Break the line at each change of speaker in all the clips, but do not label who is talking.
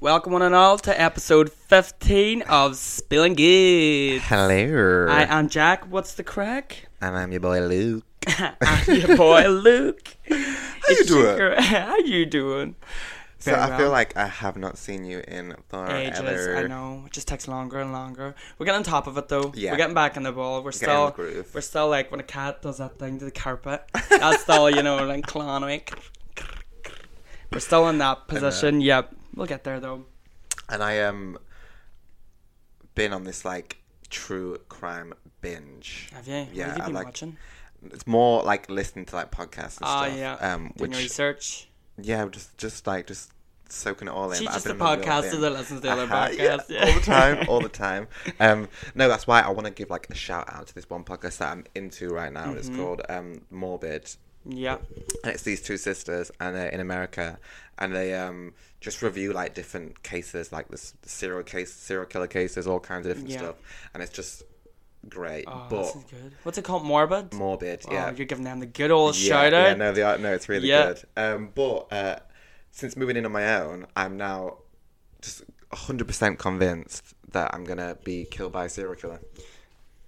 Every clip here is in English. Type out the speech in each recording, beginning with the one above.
Welcome, one and all, to episode 15 of Spilling Good.
Hello.
I um, am Jack. What's the crack?
and I'm your boy Luke.
I'm your boy Luke. How
you doing?
How you doing?
So
Very
I feel
well.
like I have not seen you in forever.
ages. I know. It just takes longer and longer. We're getting on top of it though.
Yeah.
We're getting back in the ball. We're
Get in
still
the groove.
we're still like when a cat does that thing to the carpet. That's still, you know, like clawing away. We're still in that position. Yep. We'll get there though.
And I um been on this like true crime binge.
Have you?
Yeah,
what have you
I
been
like-
watching?
It's more like listening to like podcasts and
Ah,
stuff.
yeah.
Um
Doing
which
research.
yeah, just just like just soaking it all in.
She's
but I've
just a
been on my real
podcaster
thing.
that listens to other
Uh-huh, yeah,
podcasts. Yeah.
all the time, all the time. Um, no, that's why I want to give like a shout out to this one podcast that I'm into right now.
Mm-hmm.
It's called um, Morbid.
yeah.
and it's these two sisters and they're in america and they um just review like different cases like this serial case serial killer cases all kinds of different
Yeah.
stuff and it's just great
Oh,
but
this is good. What's it called? Morbid?
morbid
Oh,
yeah
you're giving them the good old
yeah,
shout out.
yeah no they are no it's really
Yeah.
good um but uh since moving in on my own i'm now just 100% convinced that i'm gonna be killed by a serial killer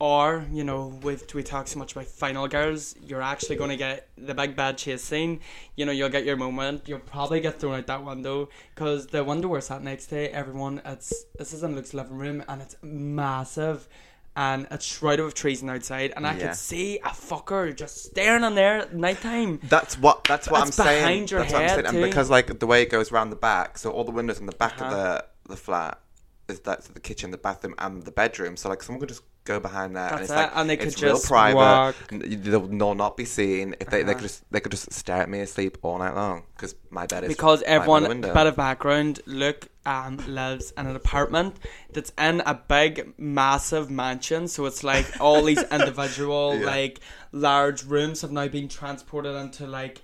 Or, you know, with we talk so much about final girls, you're actually going to get the big bad chase scene. You know, you'll get your moment. You'll probably get thrown out that window because the window we're sat next to, everyone, it's this is in Luke's living room and it's massive. And it's shrouded with trees on the outside, and I
Yeah.
could see a fucker just staring in there at nighttime.
That's what. That's what
That's
I'm saying.
behind your
that's
head,
what I'm saying.
too.
And because like the way it goes around the back, so all the windows in the back of
Uh-huh.
the the flat is that's the kitchen, the bathroom, and the bedroom. So like someone could just go behind there, and
That's
it's
it,
like
and they
it's
could
real
just
private.
walk.
N- They'll they'll not be seen if they, they
Uh-huh.
could just they could just stare at me asleep all night long because my bed is
because
right by the
everyone
window.
bit of background Luke um lives in an apartment that's in a big massive mansion so it's like all these individual
Yeah.
like large rooms have now been transported into like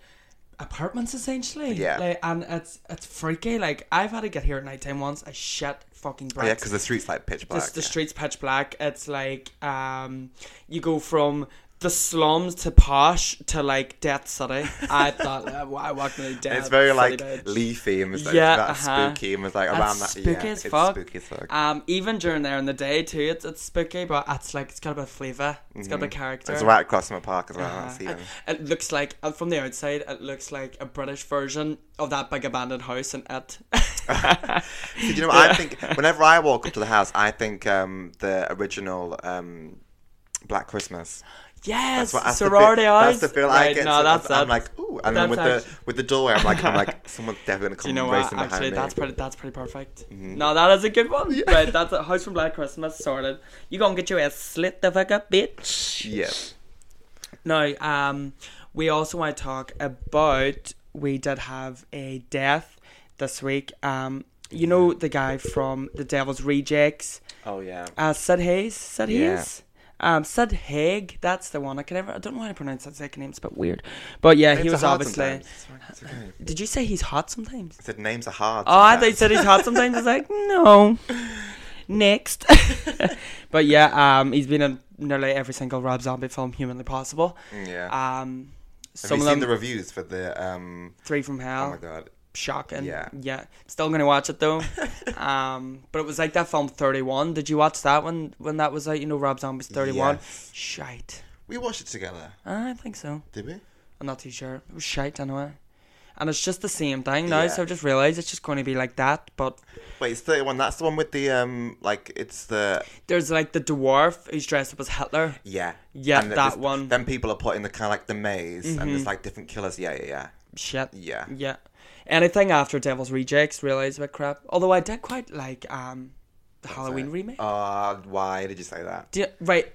apartments essentially
Yeah.
like, and it's it's freaky like I've had to get here at night time once I shit fucking
Oh, yeah,
bricks
because the street's like pitch black.
it's the
yeah.
streets pitch black. It's like um, you go from the slums to posh to like death city. I thought uh, I walked nearly dead.
And it's very
city
like
dead.
leafy and it's like
Yeah,
that
uh-huh.
spooky and it's like
That's
around that
spooky
yeah,
as
it's
fuck.
spooky as fuck.
Um, even during there in the day too, it's it's spooky, but it's like it's got a bit of flavour. It's got a bit of character.
Mm-hmm. it's right across from a park as well.
Uh,
That's
it,
even.
it looks like uh, from the outside, it looks like a British version of that big abandoned house in it.
Do you know what I think? Whenever I walk up to the house, I think um, the original um, Black Christmas.
yes,
what- the
sorority
feel-
house.
That's the feel I
right,
get.
No,
So
that's
I'm
it.
like, ooh, and then
that's
with the
actually-
with the doorway, I'm like, I'm like, someone's definitely gonna come
Do you know what?
racing behind
Actually,
me. Mm-hmm.
that's pretty. That's pretty perfect. No, that is a good one. Right, that's a house from Black Christmas sorted. You gonna get your ass slit the fuck up, bitch.
yeah.
Now, um, we also want to talk about we did have a death this week. Um, you know the guy from The Devil's Rejects,
Oh yeah.
uh, Sid Hayes. Sid
Yeah.
Hayes. Um, Sid Haig, that's the one. I can never. I don't know how to pronounce that second name. It's a bit weird, but yeah, he
Names
was
are hard
obviously.
sometimes. It's fine, it's okay.
Did you say he's hot sometimes?
I said names are hard.
Oh, I thought you
sometimes.
said he's hot sometimes. I was like, no. Next. but yeah, um, he's been in nearly every single Rob Zombie film humanly possible.
Yeah.
Um,
Have
some
you
of
seen
them,
the reviews for the? Um,
Three from
oh
Hell,
my god.
shocking.
Yeah.
Yeah. Still going to watch it though. um, but it was like that film 31. Did you watch that one when that was out? You know, Rob Zombie's 31?
Yes.
Shite. Ah,
We watched it together,
I think so.
did we?
I'm not too sure. It was shite anyway. And it's just the same thing now,
Yeah.
so I've just realised it's just going to be like that, but
Wait, it's thirty-one. That's the one with the um, like it's the
There's like the dwarf who's dressed up as Hitler.
Yeah.
Yeah,
th-
that
this-
one.
Then people are put in the kind of like the maze, and there's like different killers. Yeah, yeah, yeah.
Shit.
Yeah.
Yeah. Anything after Devil's Rejects, realize about crap. Although I did quite like um the Halloween
Right.
remake.
Uh, why did you say that?
Do you- right,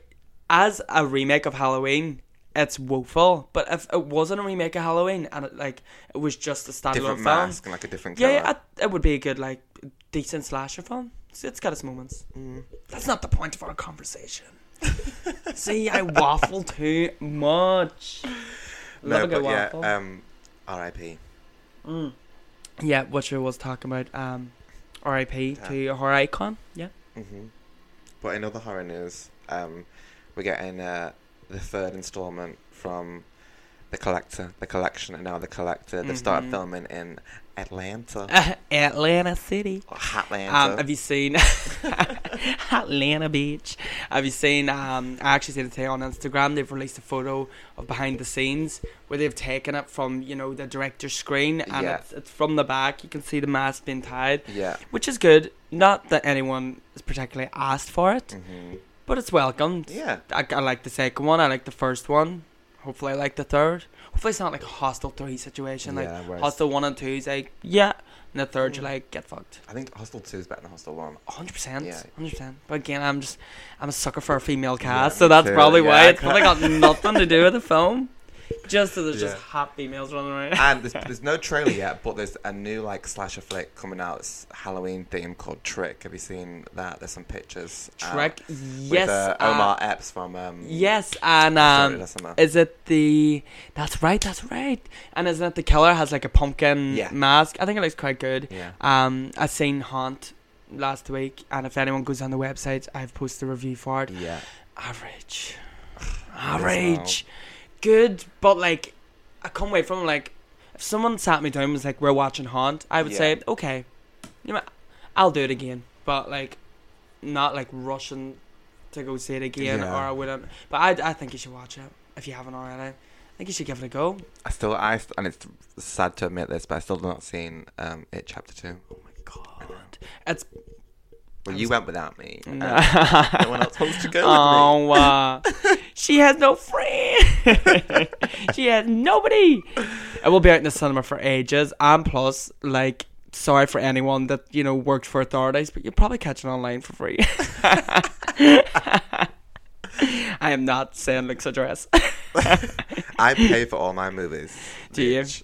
as a remake of Halloween, it's woeful. But if it wasn't a remake of Halloween and it like it was just a
Different
standalone film,
mask and like a different
yeah,
killer.
yeah, it, it would be a good like decent slasher film. It's, it's got its moments.
Mm.
That's not the point of our conversation. See, I waffle too much. Love
no,
a good
but yeah.
waffle.
Um, R.I.P.
Yeah, Witcher was talking about um, RIP to a horror icon. Yeah.
hmm But in other horror news, um, we're getting uh, the third installment from the collector, the collection, and now the collector. They've started
Mhm.
filming in Atlanta.
Atlanta City.
Or Hatlanta.
Um, have you seen Atlanta Beach? Have you seen? Um, I actually seen it today on Instagram. They've released a photo of behind the scenes where they've taken it from you know the director's screen, and
Yeah.
it's, it's from the back. You can see the mask being tied,
yeah.
which is good. Not that anyone has particularly asked for it,
hmm
but it's welcomed.
Yeah.
I, I like the second one. I like the first one. Hopefully, I like the third. Hopefully, it's not like a Hostel Three situation. Like
yeah, Mm. whereas-
Hostel One and Two is like yeah, and the third you're like get fucked.
I think Hostel 2 is better than Hostel 1.
hundred percent,
Yeah.
hundred percent. But again, I'm just, I'm a sucker for a female cast,
me
so that's
too,
probably
yeah,
why
I
it's probably got nothing to do with the film. Just so there's just
Yeah. Uh,
hot females running around.
And there's, there's no trailer yet, but there's a new like slasher flick coming out. It's Halloween themed called Trick. Have you seen that? There's some pictures. out
Trek,
with,
yes,
uh,
uh,
Omar Epps from. Um,
yes, and
Sorry,
um,
that's enough.
is it the? That's right, that's right. And isn't it the killer has like a pumpkin
Yeah.
mask? I think it looks quite good.
Yeah.
Um, I seen Haunt last week, and if anyone goes on the website, I've posted a review for it.
Yeah.
average,
well.
average, good, but like I can't wait from like if someone sat me down and was like we're watching Haunt, I would
Yeah.
say okay, you know, I'll do it again, but like not like rushing to go see it again,
Yeah.
or I wouldn't. But I I think you should watch it if you haven't already. I think you should give it a go.
I still, I st- and it's sad to admit this, but I still have not seen um, it chapter two.
Oh my god, it's
Well,
I
you
was-
went without me. and
no.
no one else wants to go with me.
Oh, uh, she has no friend. she has nobody. It will be out in the cinema for ages. And plus, like, sorry for anyone that you know worked for authorities, but you'll probably catch it online for free. I am not saying Luke's address.
I pay for all my movies.
Do you?
bitch.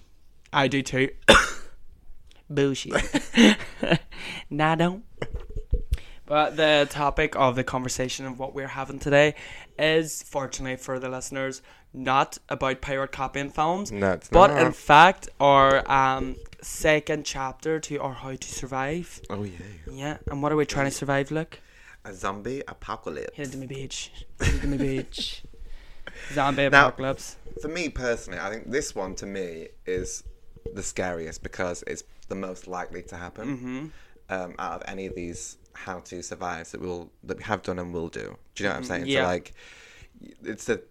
I do too. Bullshit. nah, I don't. But the topic of the conversation of what we're having today is, fortunately for the listeners, not about pirate copying films,
No, it's
but um,
not.
in fact our um, second chapter to our How to Survive.
oh yeah,
Yeah, and what are we trying to survive, Look,
a zombie apocalypse.
Hit it to me beach. Hit it to me beach. Zombie
Now-
apocalypse.
For me personally, I think this one to me is the scariest because it's the most likely to happen
Mm-hmm.
um, out of any of these how to survives that we'll that we have done and will do. Do you know what I'm saying?
Mm-hmm. yeah.
So like, it's the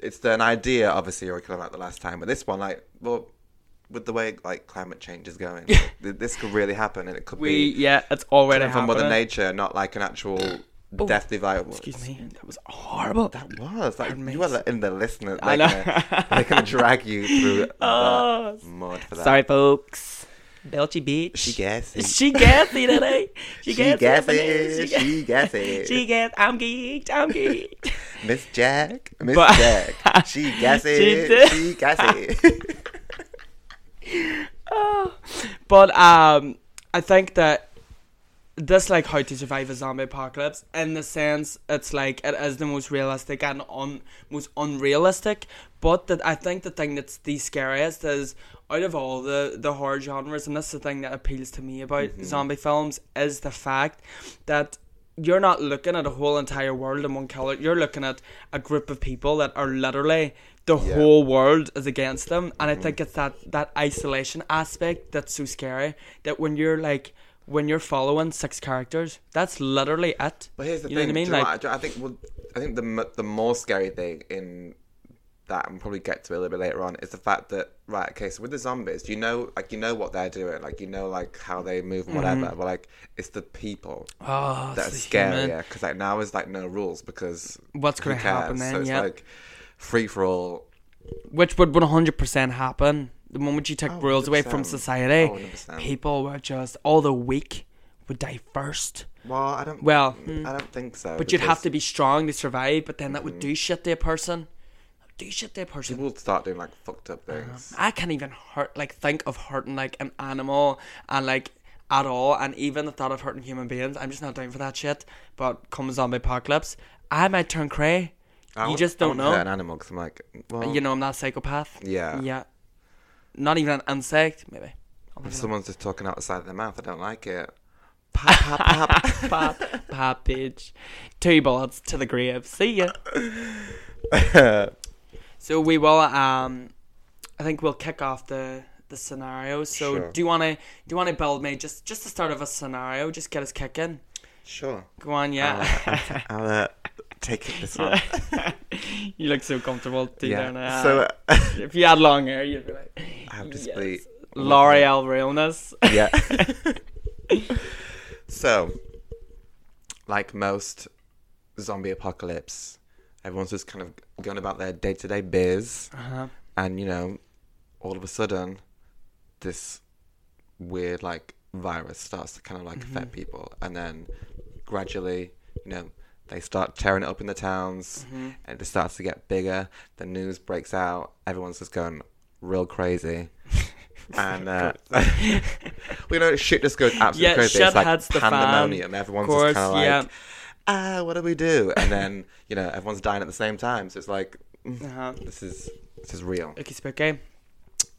it's the, an idea of a serial killer like the last time, but this one like well, with the way like climate change is going, th- this could really happen and it could
We
be
yeah, it's already
coming from
happening.
Mother Nature, not like an actual
Oh,
deathly violence.
Excuse me, that was horrible.
That was like
Pardon me.
you were in the listener.
I
They're
know.
gonna, they're gonna drag you through
Oh,
that mud for that.
Sorry, folks. Belchy Beach.
she gassy.
She eh? gassy today. She,
She
gassy.
gassy.
gassy.
She gassy.
She gassy. I'm geeked. I'm geeked.
Miss Jack. Miss
But-
Jack. She
She
gassy.
did.
she gassy.
oh. But um, I think that this like how to survive a zombie apocalypse in the sense it's like it is the most realistic and un- most unrealistic but that i think the thing that's the scariest is out of all the the horror genres and that's the thing that appeals to me about
Mm-hmm.
zombie films is the fact that you're not looking at a whole entire world in one color you're looking at a group of people that are literally the
Yeah. Mm-hmm.
whole world is against them and i think it's that that isolation aspect that's so scary that when you're like when you're following six characters, that's literally it.
But here's the
You know
thing.
what I mean?
do you know
Like-
what? Do you know- I think well, I think the mo- the more scary thing in that, and probably get to it a little bit later on, is the fact that right, okay, so with the zombies, you know, like you know what they're doing, like you know, like how they move and
Mm-hmm.
whatever. But like, it's the people
Oh,
that are
it's the
scary
human.
because like now is like no rules because
What's
who
gonna happen
cares?
then,
So it's
yeah.
like free for all.
Which would 100% happen the moment you take
Oh,
rules away from
100%.
society.
Oh, 100%.
people were just all the weak would die first.
Well, I don't.
Well, hmm.
I don't think so.
but you'd have to be strong to survive. But then that would do shit to a person. That would do shit to Uh-huh. a person.
People start doing like fucked up things.
I can't even hurt like think of hurting like an animal and like at all and even the thought of hurting human beings, I'm just not down for that shit. But come zombie apocalypse, I might turn cray.
I
you
wouldn't-
just
I
don't
wouldn't hurt
know.
an animal 'cause I'm like, well,
You know I'm not a psychopath.
Yeah.
Yeah. Not even an insect, maybe. I'll
if
leave it
someone's just talking out the side of their mouth, I don't like it. Pop, pop, pop.
at- Pop, pop, bitch. Two bullets to the grave. See ya. So we will um I think we'll kick off the the scenario. So
Sure.
do you want to do you want to build me just just the start of a scenario? Just get us kicking.
Sure.
Go on, yeah.
I'll uh, take it this one.
you look so comfortable. Do yeah.
yeah. So uh,
if you had long hair, you'd be like
I have
Yes.
display.
L'Oreal realness.
Yeah. So, like most zombie apocalypse, everyone's just kind of going about their day to day biz.
uh-huh.
And, you know, all of a sudden, this weird, like, virus starts to kind of, like,
Mm-hmm.
affect people. And then gradually, you know, they start tearing it up in the towns
Mm-hmm.
and it just starts to get bigger. The news breaks out. Everyone's just going real crazy. and, uh, we know shit just goes absolutely
Yeah,
crazy.
shit
it's like
hits the fan.
pandemonium. Everyone's
Course,
just kind of like,
yeah.
ah, what do we do? And then, you know, everyone's dying at the same time. So it's like, mm,
Uh-huh.
this is this is real.
Okay, spooky.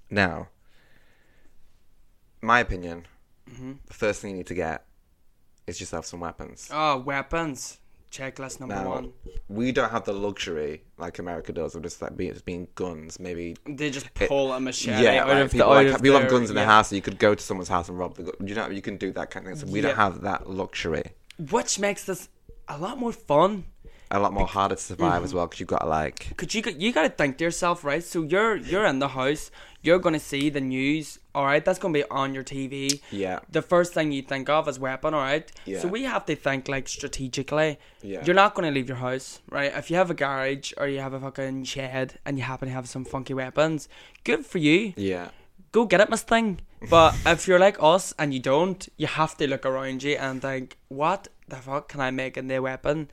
Now, my opinion,
Mm-hmm.
the first thing you need to get is yourself some weapons.
Oh, weapons. Checklist number
Now,
one.
we don't have the luxury like America does of just like being, just being guns. Maybe
They just pull a machete
yeah,
out
like,
of the
people,
out
like,
of
people have
their-
guns in their
yeah.
house, so you could go to someone's house and rob the. gu- You know, you can do that kind of thing. So we
Yeah.
don't have that luxury.
Which makes this a lot more fun.
a lot more harder to survive as
Mm-hmm.
well because you've got to like
Cause you got- you gotta think to yourself, right? So you're you're in the house, you're gonna see the news, all right? That's gonna be on your TV.
Yeah.
The first thing you think of is weapon, all right?
Yeah.
So we have to think like strategically.
Yeah.
You're not gonna leave your house, right? If you have a garage or you have a fucking shed and you happen to have some funky weapons, good for you.
yeah
Go get it, Miss Thing. But if you're like us and you don't, you have to look around you and think, what the fuck can I make in their weapon?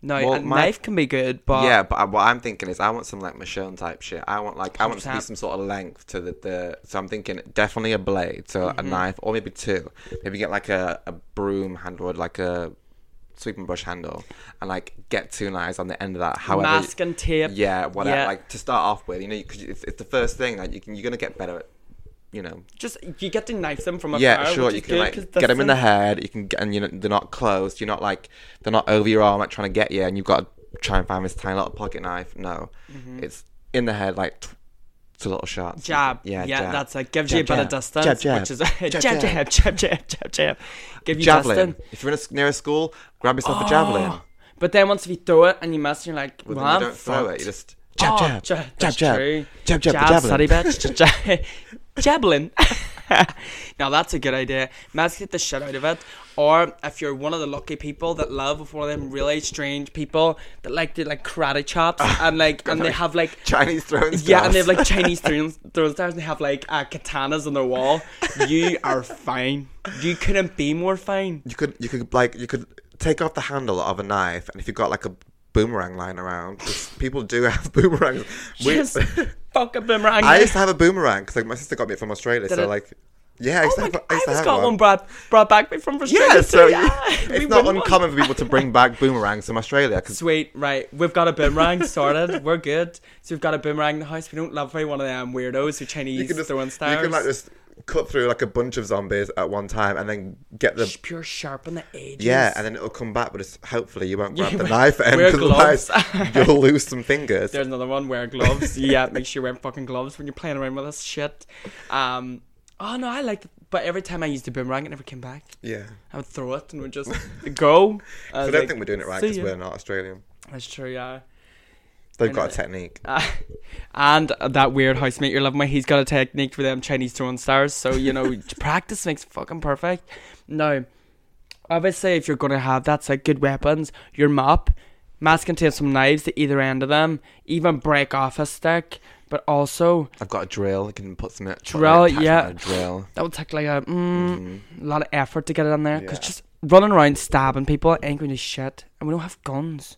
Now,
Well,
a
my-
knife can be good, but
yeah but I, what i'm thinking is i want some like michonne type shit i want like i want to be
100%.
some sort of length to the, the so i'm thinking definitely a blade so
Mm-hmm.
a knife or maybe two maybe get like a, a broom handle or like a sweeping brush handle and like get two knives on the end of that however
mask and tape.
yeah whatever
Yeah.
like to start off with you know because it's, it's the first thing like you can you're gonna get better at you know
just you get to knife them from afar.
Yeah, sure.
which
You
is
can
good
like
'cause
get them in the
distance-
head. You can get, and you know they're not closed. You're not like they're not over your arm, like trying to get you, and you've got to try and find this tiny little pocket knife. No, it's in the head, like t- two little shots.
Mm-hmm. Jab. Yeah,
yeah,
yeah
jab.
that's like gives
Jab,
you a bit of
jab.
distance,
Jab, jab.
which is
Jab,
jab, jab, jab,
jab.
jab, jab, jab. Give you
javelin.
distance.
If you're in a, s- near a school, grab yourself a javelin.
Oh, But then once if you throw it and you miss, you're like, well,
But then
I'm
you don't throw it.
fucked.
You just jab,
Oh, ja-
jab, jab, jab,
that's
jab,
true.
jab, jab, the
jab,
javelin.
sorry, bitch. Ja- javelin. now that's a good idea. Mask get the shit out of it. Or if you're one of the lucky people that live with one of them really strange people that like to like karate chops and like and they have like
Chinese throwing stars.
yeah, and they have like Chinese throne throne stars and they have like uh, katanas on their wall. You are fine. You couldn't be more fine.
you could you could like you could take off the handle of a knife, and if you've got like a boomerang lying around, 'cause people do have boomerangs. We-
Just fuck a boomerang.
I used to have a boomerang because like my sister got me it from Australia. so
it-
like, yeah, I
Oh
used, to,
my
have,
God,
I
I
used to
just
have
got
one.
one brought brought back me from Australia.
Yeah, so
too.
you-
We
it's not
won one.
uncommon for people to bring back boomerangs from Australia because
Sweet, right. We've got a boomerang sorted. We're good. So we've got a boomerang in the house. We don't love very one of them weirdos who Chinese
you can just
throwing
you
stars.
can like just cut through like a bunch of zombies at one time and then get the
Just pure sharp on the edges.
yeah, and then it'll come back, but it's hopefully you won't grab
Yeah,
the
wear-
knife end
wear
'cause otherwise
gloves.
you'll lose some fingers.
There's another one. Wear gloves. yeah, make sure you wear fucking gloves when you're playing around with this shit. Um. Oh no, I liked it, but every time I used the boomerang, it never came back.
Yeah,
I would throw it and would just go.
so I
was
don't
Uh, like,
think we're doing it right
"See
because
ya."
we're not Australian.
That's true. Yeah.
They've got a technique.
Uh, and uh, that weird housemate you're living with, he's got a technique for them Chinese throwing stars. So, you know, practice makes fucking perfect. Now, obviously, if you're going to have that's like good weapons, your mop, mask and tape some knives at either end of them, even break off a stick, but also
I've got a drill. I can put some put, like,
Drill,
attachment
yeah.
on A drill.
that would take like a mm, lot of effort to get it on there. Because
Mm-hmm. Yeah.
just running around stabbing people ain't going to shit. And we don't have guns.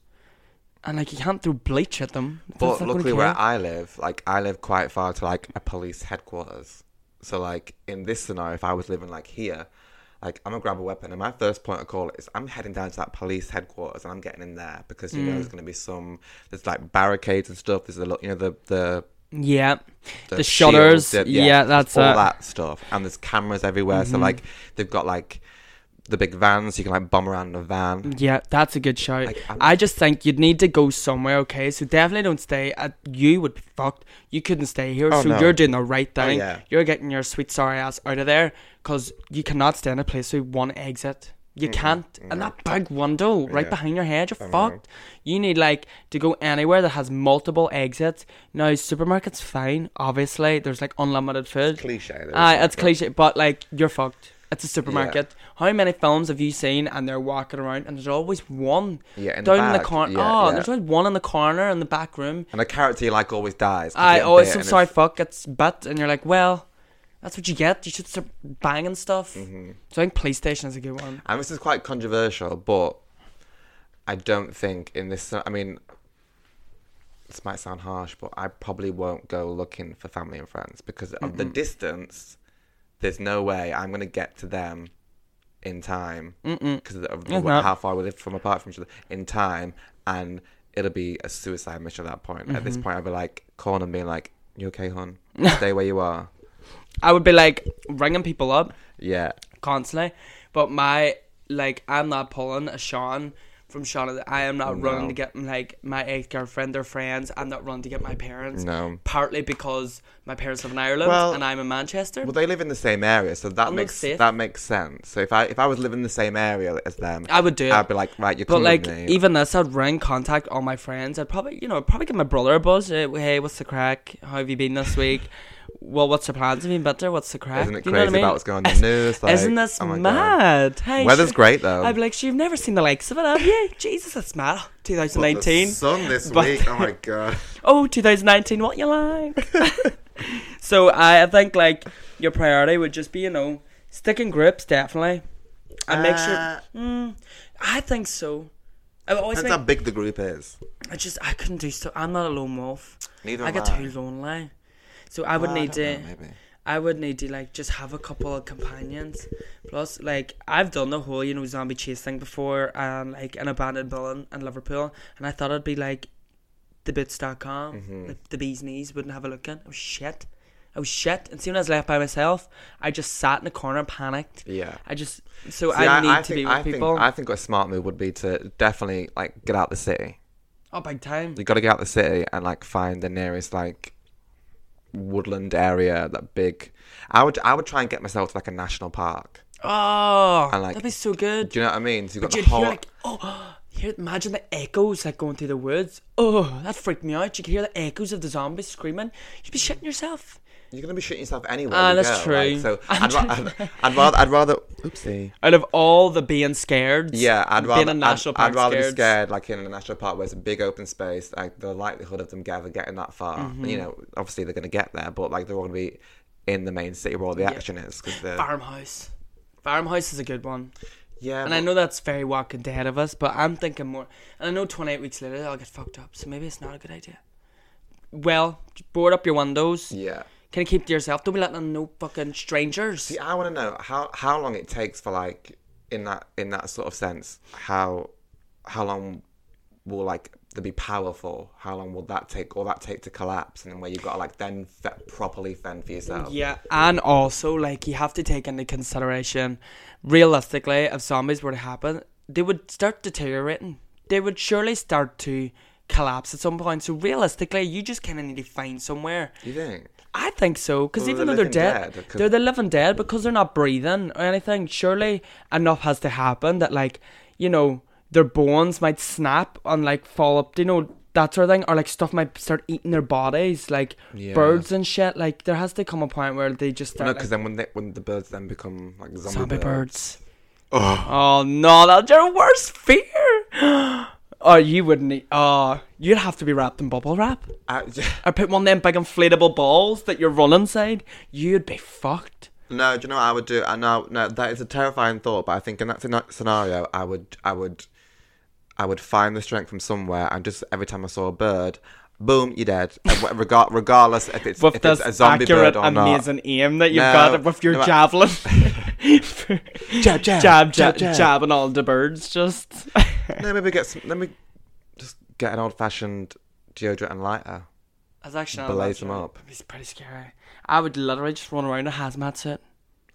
And like, you can't throw bleach at them. That's
But
not gonna
luckily, where
kill.
I live, like I live quite far to like a police headquarters. So like in this scenario, if I was living like here, like I'm gonna grab a weapon, and my first point of call is I'm heading down to that police headquarters, and I'm getting in there because you know
Mm.
there's gonna be some there's like barricades and stuff. There's a lot, you know the the
Yeah. The,
shields,
shutters.
the-
yeah, that's
all
it. Mm-hmm.
that stuff, and there's cameras everywhere. So like they've got like the big vans. You can like bomb around in a van.
Yeah, that's a good shout.
Like, I'm-
I just think you'd need to go somewhere, okay? So definitely don't stay. At, you would be fucked. You couldn't stay here,
Oh,
so
no.
you're doing the right thing.
yeah.
You're getting your sweet sorry ass out of there because you cannot stay in a place with one exit. You can't. And that big window right
Yeah. Oh,
behind your head, you're
I know.
fucked. You need like to go anywhere that has multiple exits. Now, supermarkets fine, obviously. There's like unlimited food.
Cliche. though,
Aye,
isn't
Ah, it's
it?
cliche, but like you're fucked. It's a supermarket. How many films have you seen and they're walking around and there's always one
Yeah, in the
down in the
back.
corner?
Yeah,
oh,
yeah.
there's always one in the corner in the back room.
And a character you like always dies. 'cause
I
you get
always
bit
some
and
sorry
it's-
fuck it's but and you're like, well, that's what you get. You should start banging stuff.
Mm-hmm.
So I think PlayStation is a good one.
And this is quite controversial, but I don't think in this. I mean, this might sound harsh, but I probably won't go looking for family and friends because of the distance. There's no way I'm going to get to them in time because of the,
It's not.
how far we live from apart from each other in time, and it'll be a suicide mission at that point. At this point, I'll be like calling and being like, "You okay, hon? Stay where you are."
I would be like ringing people up
Yeah.
constantly, but my like I'm not pulling a Sean from Sean. of the- I am not running
No.
to get like my ex girlfriend or friends. I'm not running to get my parents.
No.
partly because my parents live in Ireland
Well-
and I'm in Manchester.
Well, they live in the same area, so that
I'm not
makes
safe.
that makes sense. So if I if I was living in the same area as them,
I would do it.
I'd be like, right, you're
but
coming
like
with me.
even this, I'd ring contact all my friends. I'd probably, you know, probably give my brother a buzz. eh, Hey, what's the crack? How have you been this week? well, what's the plans? Have you been better? What's the crack?
Isn't it
Do
crazy
you know what I mean?
about what's going on in the news? Like,
Isn't this
oh my God.
mad? Hey,
Weather's
sh-
great though.
I'd be like, "Sure, you've never seen the likes of it, have you? Jesus, that's mad. 2019.
sun this
But- week,
Oh my god.
oh 2019 what you like so I, I think like your priority would just be you know sticking grips definitely and make
Uh,
sure mm, i think so i would always
Depends
think,
how big the group is.
i just i couldn't do so i'm not a lone wolf
Neither
i
am
get
I.
too lonely so i would
Well, Ah, I
need to
don't know, maybe.
I would need to like just have a couple of companions. Plus, like I've done the whole you know zombie chase thing before, and like an abandoned building in Liverpool, and I thought it'd be like the bits.com,
Mm-hmm.
com, like, the bee's knees wouldn't have a look in. Oh shit! Oh shit! And soon as I was left by myself, I just sat in a corner, and panicked.
Yeah.
I just so
See,
I, need to
think,
be with
I think,
people.
I think a smart move would be to definitely like get out the city.
oh, big time.
You got to get out the city and like find the nearest like woodland area, that big. I would I would try and get myself to like a national park.
Oh,
And, like,
that'd be so good.
Do you know what I mean? So you've got
But you'd
the whole.
hear like, oh, here, imagine the echoes like going through the woods. Oh, that freaked me out. You could hear the echoes of the zombies screaming. You'd be shitting yourself.
You're gonna be shooting yourself anyway.
Ah,
you
that's
go, like,
true.
so
I'm
I'd, ra-
trying to-
I'd, I'd rather, I'd rather, oopsie.
Out of all the being scared,
Yeah, I'd rather,
being a national
I'd,
park
I'd rather
scared.
be scared like in a national park where it's a big open space. Like the likelihood of them ever getting that far,
Mm-hmm.
you know, obviously they're gonna get there, but like they're all gonna be in the main city where all the action is. Cause they're,
Farmhouse. Farmhouse is a good one.
yeah,
And
but-
I know that's very walking ahead of us, but I'm thinking more. And I know 28 weeks later, I'll get fucked up, so maybe it's not a good idea. Well, board up your windows.
yeah.
Can you keep to yourself? Don't be letting on no fucking strangers.
See, I want to know how how long it takes for like in that in that sort of sense how how long will like to be powerful? How long will that take? All that take to collapse, and then where you've got to like then fe- properly fend for yourself.
Yeah, and also like you have to take into consideration, realistically, if zombies were to happen, they would start deteriorating. They would surely start to collapse at some point. So realistically, you just kind of need to find somewhere.
You think?
I think so, because
Well,
even
they're
though they're
living
dead,
dead, 'cause-
they're the living dead because they're not breathing or anything. Surely enough has to happen that like you know their bones might snap and like fall up. You know that sort of thing, or like stuff might start eating their bodies, like
Yeah.
birds and shit. Like there has to come a point where they just
No,
start. like,
because then when they, when the birds then become like zombie,
zombie
birds.
birds.
Ugh.
Oh no, that's your worst fear. Oh, you wouldn't. e- Oh, you'd have to be wrapped in bubble wrap.
I,
Or put one of them big inflatable balls that you run inside. You'd be fucked.
no, do you know what I would do? I know no, that is a terrifying thought, but I think in that scena- scenario, I would I would I would find the strength from somewhere, and just every time I saw a bird, boom, you're dead. And wha- rega- regardless if it's
with
if
this
it's a zombie
accurate,
bird or not.
amazing aim that you've
No,
got with your
no, I-
javelin.
Jab, jab,
jab, jab,
jab, jab.
jabbing all the birds. Just
No, maybe get some. Let me just get an old fashioned deodorant and lighter.
that's actually
not a Blaze bad them idea. up.
It's pretty scary. I would literally just run around in a hazmat suit,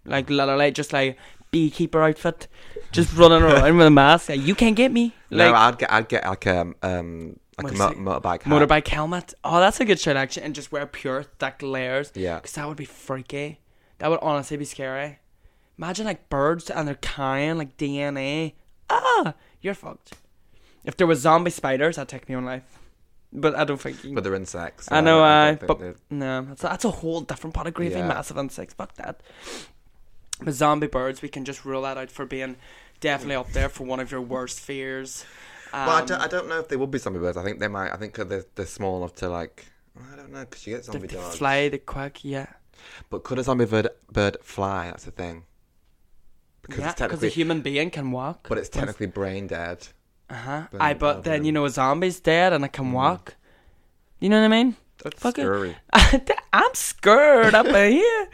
like literally just like beekeeper outfit, just running around with a mask. Like, you can't get me. Like,
no, I'd get I'd get like um um like a
What's
mo-
it?
motorbike. hat.
motorbike helmet. Oh, that's a good shout actually, and just wear pure thick layers.
Yeah.
because that would be freaky. That would honestly be scary. Imagine like birds and they're carrying like DNA. Ah, you're fucked. If there was zombie spiders, I'd take my own life. But I don't think. You can.
But they're insects. so
I know,
don't
I
think
but
they'd-
no, that's a, that's a whole different pot of gravy.
Yeah.
Massive insects, fuck that. But zombie birds, we can just rule that out for being definitely up there for one of your worst fears. Um,
Well, I don't, I don't know if they would be zombie birds. I think they might. I think 'cause they're, they're small enough to like. I don't know because you get
they,
zombie
they
dogs.
fly, they quack, yeah.
But could a zombie bird, bird fly? That's the thing. Because
yeah,
it's
because a
technically,
human being can walk.
but it's technically brain dead.
Uh huh.
But
I but
other
then you
than-
know a zombie's dead and I can walk. You know what I mean?
That's
Fuck it.
scary.
I'm scared up in here.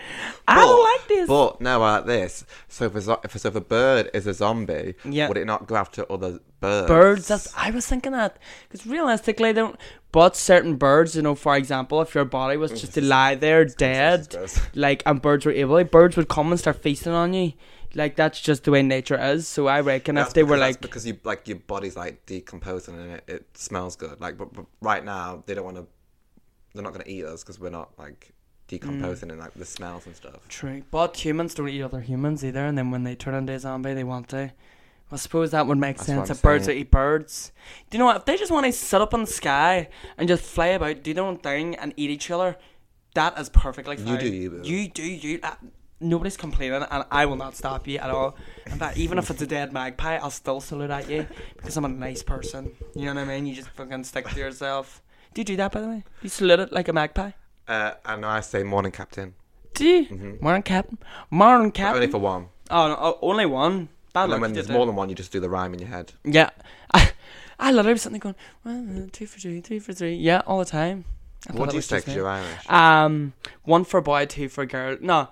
I
But-
don't like this.
But now like this. So if a zo- if, so if a bird is a zombie,
Yeah.
would it not go after other birds?
birds. That's I was thinking that because realistically, they don't. But certain birds, you know, for example, if your body was just to lie there dead,
gross.
like and birds were able, like, birds would come and start feasting on you. Like that's just the way nature is. So I reckon
That's
if they were
because- that's
like,
because you like your body's like decomposing and it, it smells good. Like, but, but right now they don't want to. They're not going to eat us because we're not like decomposing
Mm.
and like the smells and stuff.
true, but humans don't eat other humans either, and then when they turn into a zombie, they want to. I suppose that would make
That's what
sense
I'm
if birds would
saying.
eat birds. Do you know what? If they just want to sit up in the sky and just fly about, do their own thing, and eat each other, that is perfectly fine.
You do you, boo.
You do you. Uh, nobody's complaining, and I will not stop you at all. In fact, even if it's a dead magpie, I'll still salute at you because I'm a nice person. You know what I mean? You just fucking stick to yourself. Do you do that, by the way? Do you salute it like a magpie?
Uh, and I say morning, Captain.
Do you?
Mm-hmm.
Morning, Captain. Morning, Captain.
Only for one.
oh, no, oh, only one. Bad luck.
And then
if
when
you
there's
do.
more than one, you just do the rhyme in your head.
Yeah. I, I literally was sitting there going, well, uh, two for two, three for three. Yeah, all the time. I thought
What
that
do you
was
say?
just
'Cause
me.
you're Irish.
Um, one for boy, two for girl. No,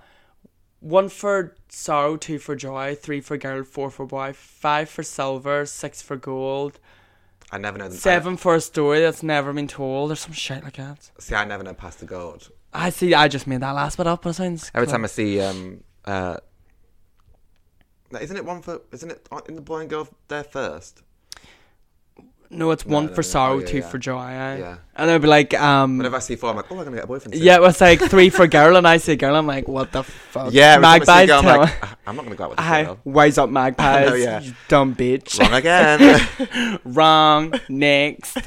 one for sorrow, two for joy, three for girl, four for boy, five for silver, six for gold,
I never know. The,
seven for a story that's never been told, or some shit like that.
I, see, I never know past the gold.
I see. I just made that last bit up. But it sounds
Every
cool.
time I see, um, uh, no, isn't it one for? Isn't it in the boy and girl there first?
No, it's one
no,
for
no.
sorrow,
Oh, yeah,
two
yeah.
for joy. eh?
Yeah.
And I'd be like, um,
Whenever I see four, I'm like, oh, I'm gonna get a boyfriend. soon.
Yeah, it was like three for girl, and I say girl. I'm like, what the fuck?
Yeah, every time I see a
magpies.
girl, I'm,
tell-
like, "Ah, I'm not gonna go out with
Hi,
a girl.
wise up, magpies.
I know, yeah.
You dumb bitch.
Wrong again.
Wrong. Next.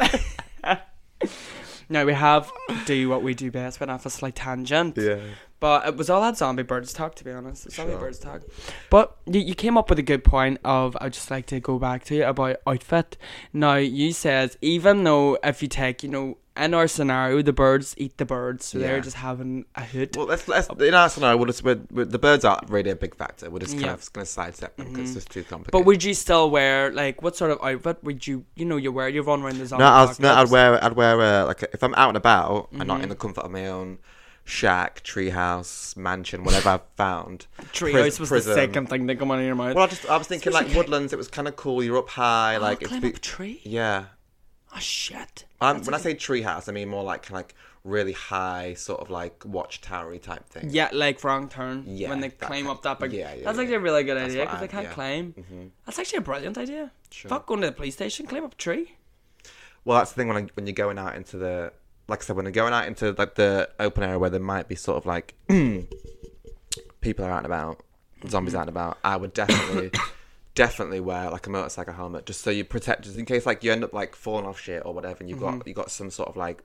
now we have do what we do best. Went off a slight tangent,
yeah.
but it was all that zombie birds talk. To be honest, It's zombie
Sure.
birds talk. But you, you came up with a good point of I'd just like to go back to about outfit. Now you says even though if you take you know. In our scenario, the birds eat the birds, so they're
Yeah.
just having a hood.
Well, let's let's in our scenario, we'll just, we're, we're, the birds aren't really a big factor. We're just kind
Yeah. Mm-hmm.
of just gonna sidestep them because it's just too complicated.
But would you still wear like what sort of outfit would you you know you wear? You run around the zombie.
No, I was, no, I'd
apocalypse.
wear, I'd wear, uh, like, if I'm out and about and
Mm-hmm.
not in the comfort of my own shack, treehouse, mansion, whatever I've found.
Treehouse
pris-
was the
prison.
second thing that come out of your mouth.
Well, I just, I was thinking, like, woodlands, it was kind of cool, you're up high,
like
like, it's,
Oh, climb
be-
up a tree.
yeah.
Oh shit!
Um, when I say treehouse, I mean more like, kind of like, really high, sort of like watchtowery type thing.
Yeah, like wrong turn.
Yeah,
when they
that
climb
kind-
up that big.
yeah, yeah,
that's
yeah.
actually a really good idea
what
because
I-
they can't
yeah. Mm-hmm.
climb. That's actually a brilliant idea. Fuck going to the police station, climb up a tree.
Well, that's the thing when I, when you're going out into the, like I said, when you're going out into like the open area where there might be sort of like people are out and about, zombies out and about. I would definitely, definitely wear like a motorcycle helmet just so you protect, just in case like you end up like falling off shit or whatever, and you've got you got some sort of like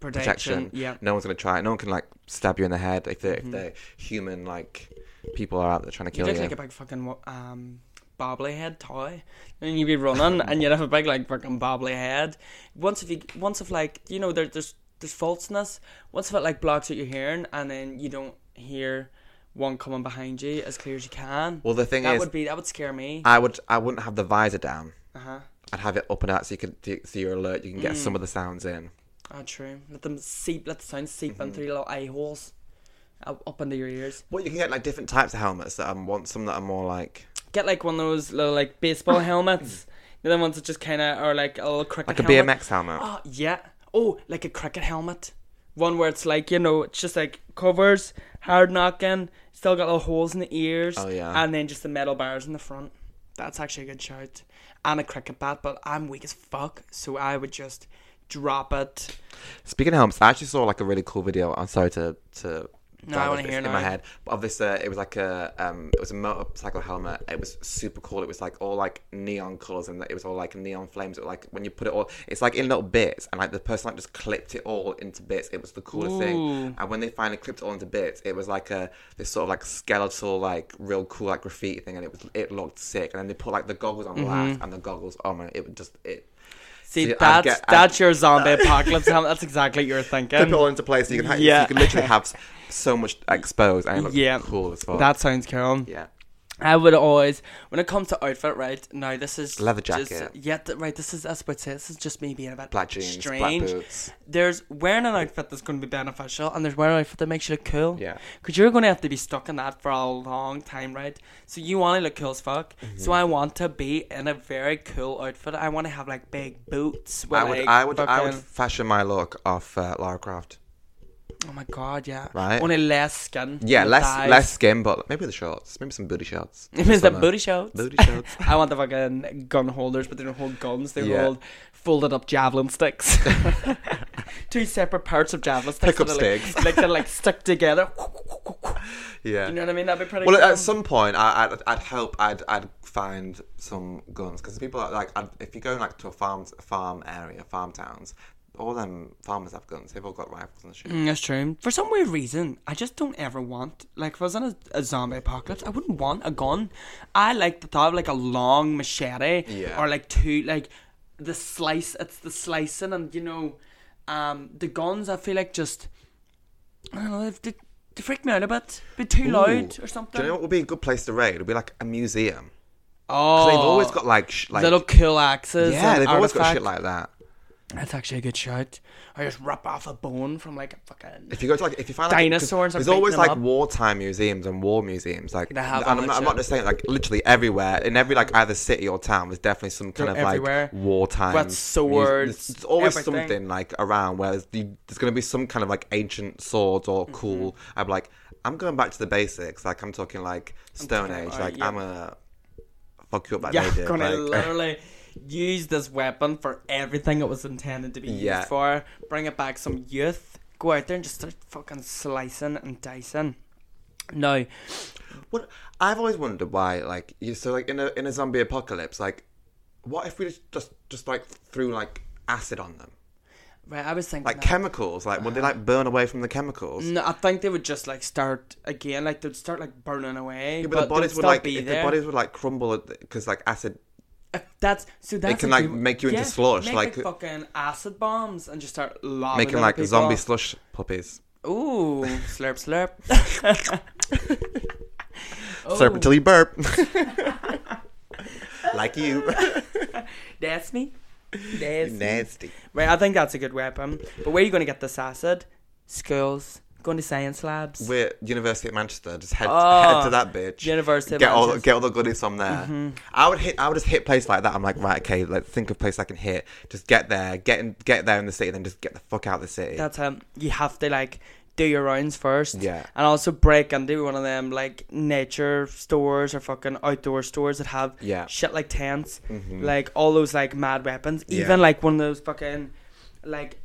Mm-hmm. Protection.
protection.
Yeah.
No one's gonna try it. No one can like stab you in the head if they're if they're human like people are out there trying to
Mm-hmm. You
kill
look like
you.
a big fucking wo- um bobbly head toy, and you'd be running, and you'd have a big like fucking bobbly head. Once if you once if like you know there, there's there's falseness. Once if it like blocks out your hearing, and then you don't hear one coming behind you as clear as you can.
well, the thing
that
is,
would be that would scare me.
I would I wouldn't have the visor down.
Uh huh.
I'd have it up and out so you could so you're alert. You can get
Mm.
some of the sounds in.
Ah, true. Let them seep. Let the sound seep
Mm-hmm.
in through your little eye holes, up, up into your ears.
Well, you can get like different types of helmets that um, want some that are more like
Get like one of those little like baseball helmets. The other ones that just kind of are like a little cricket.
like a
helmet.
BMX helmet.
Oh, yeah. Oh, like a cricket helmet. One where it's like, you know, it's just like covers hard knocking. Still got little holes in the ears.
Oh, yeah.
And then just the metal bars in the front. That's actually a good shout. And a cricket bat, but I'm weak as fuck, so I would just drop it.
Speaking of helmets, I actually saw like a really cool video. I'm sorry to to.
No,
dive
I
off
wanna
this
hear
in
now.
my head. But of this, uh, it was like a um, it was a motorcycle helmet. It was super cool. It was like all like neon colors, and it was all like neon flames. It, was, like when you put it all, it's like in little bits, and like the person like just clipped it all into bits. It was the coolest
Ooh.
thing. And when they finally clipped it all into bits, it was like a this sort of like skeletal, like real cool like graffiti thing, and it was it looked sick. And then they put like the goggles
Mm-hmm.
on last, and the goggles. Oh man, it would just it.
See,
See, I'd
that's
get- I'd-
that's your zombie apocalypse helmet. That's exactly what you're
clip it
thinking.
all into place. You can ha-
Um, Yeah.
you can literally have s- so much exposed and it looks
Yeah.
cool as fuck.
That sounds cool.
yeah,
I would always, when it comes to outfit, right? Now this is
Leather
just-
jacket.
yeah, th- right. This is that's what it says. This is just me being a bit
black jeans,
strange.
black boots.
There's wearing an outfit that's going to be beneficial, and there's wearing an outfit that makes you look cool.
Yeah.
Because you're going to have to be stuck in that for a long time, right? So you want to look cool as fuck.
Mm-hmm.
So I want to be in a very cool outfit. I want to have like big boots. With,
I would,
like,
I would, I would
fucking-
fashion my look off uh, Lara Croft.
Oh my god, yeah.
Right.
Only less skin.
Yeah,
no
less
thighs.
less skin, but maybe the shorts, maybe some booty shorts.
It was the
Summer.
booty shorts.
Booty shorts.
I want the fucking gun holders, but they don't hold guns. They
Yeah.
hold folded up javelin sticks. Two separate parts of javelin sticks.
Pickup
that are like-
sticks.
Like, they're like stuck together.
yeah.
You know um, what I mean? That'd be pretty
well, uh,
cool.
at some point, I, I'd, I'd hope I'd, I'd find some guns because people are, like I'd, if you go like to a farm farm area, farm towns, all them farmers have guns. They've all got rifles and shit.
Mm, that's true. For some weird reason, I just don't ever want, like, if I was in a, a zombie apocalypse, I wouldn't want a gun. I like the thought of, like, a long machete.
Yeah.
Or, like, two, like, the slice, it's the slicing, and, you know, um, the guns, I feel like just, I don't know, they, they freak me out a bit. Be too loud
Ooh.
or something.
Do you know what would be a good place to raid? It would be like a museum.
oh.
They've always got like sh- like
little cool axes.
yeah,
and
they've always got
artifact.
shit like that.
That's actually a good shout. I just rip off a bone from, like, a fucking.
If you go to like if you find like, 'cause
Dinosaurs are
there's
beating
always
them
like
up.
wartime museums and war museums. Like,
They have all
and
that
I'm not, I'm
shit.
not just saying like literally everywhere in every like either city or town. There's definitely some kind
They're
of
everywhere.
like wartime.
Got
muse-
swords,
there's, there's always
everything.
something like around where there's, you- there's going to be some kind of like ancient swords
Mm-hmm.
or cool. I'm like, I'm going back to the basics. Like I'm talking like Stone
talking
Age.
about,
Like
yeah.
I'm gonna fuck you up like
Yeah,
they did.
gonna
like-
literally use this weapon for everything it was intended to be
Yeah.
used for. Bring it back some youth. Go out there and just start fucking slicing and dicing. No,
What I've always wondered why, like, you so like in a in a zombie apocalypse, like, what if we just just, just like threw like acid on them,
right? I was thinking
like
that.
chemicals, like would they like burn away from the chemicals?
No, I think they would just like start again, like they'd start like burning away.
Yeah,
but,
but the bodies
would
would like
be
if
there.
the bodies would like crumble because like acid.
That's so that's
can,
a
like,
good-
make you into
yeah,
slush,
make
like-
fucking acid bombs, and just start lobbing
Making
other
like
people
zombie
off.
slush puppies.
Ooh, slurp slurp. Oh.
Slurp until you burp. like you.
That's me. That's me.
Nasty.
Right, I think that's a good weapon. But where are you going to get this acid? Schools. Going to science labs.
We're University of Manchester. Just head,
Oh,
head to that bitch.
University of
get all
Manchester. Mm-hmm.
get all the goodies from there. I would hit. I would just hit places like that. I'm like, right, okay, let's think of place I can hit. Just get there, get in, get there in the city, then just get the fuck out of the city.
That's um, you have to like do your rounds first.
Yeah.
And also break into one of them like nature stores or fucking outdoor stores that have
Yeah. Mm-hmm.
shit like tents, like all those like mad weapons.
Yeah.
Even like one of those fucking like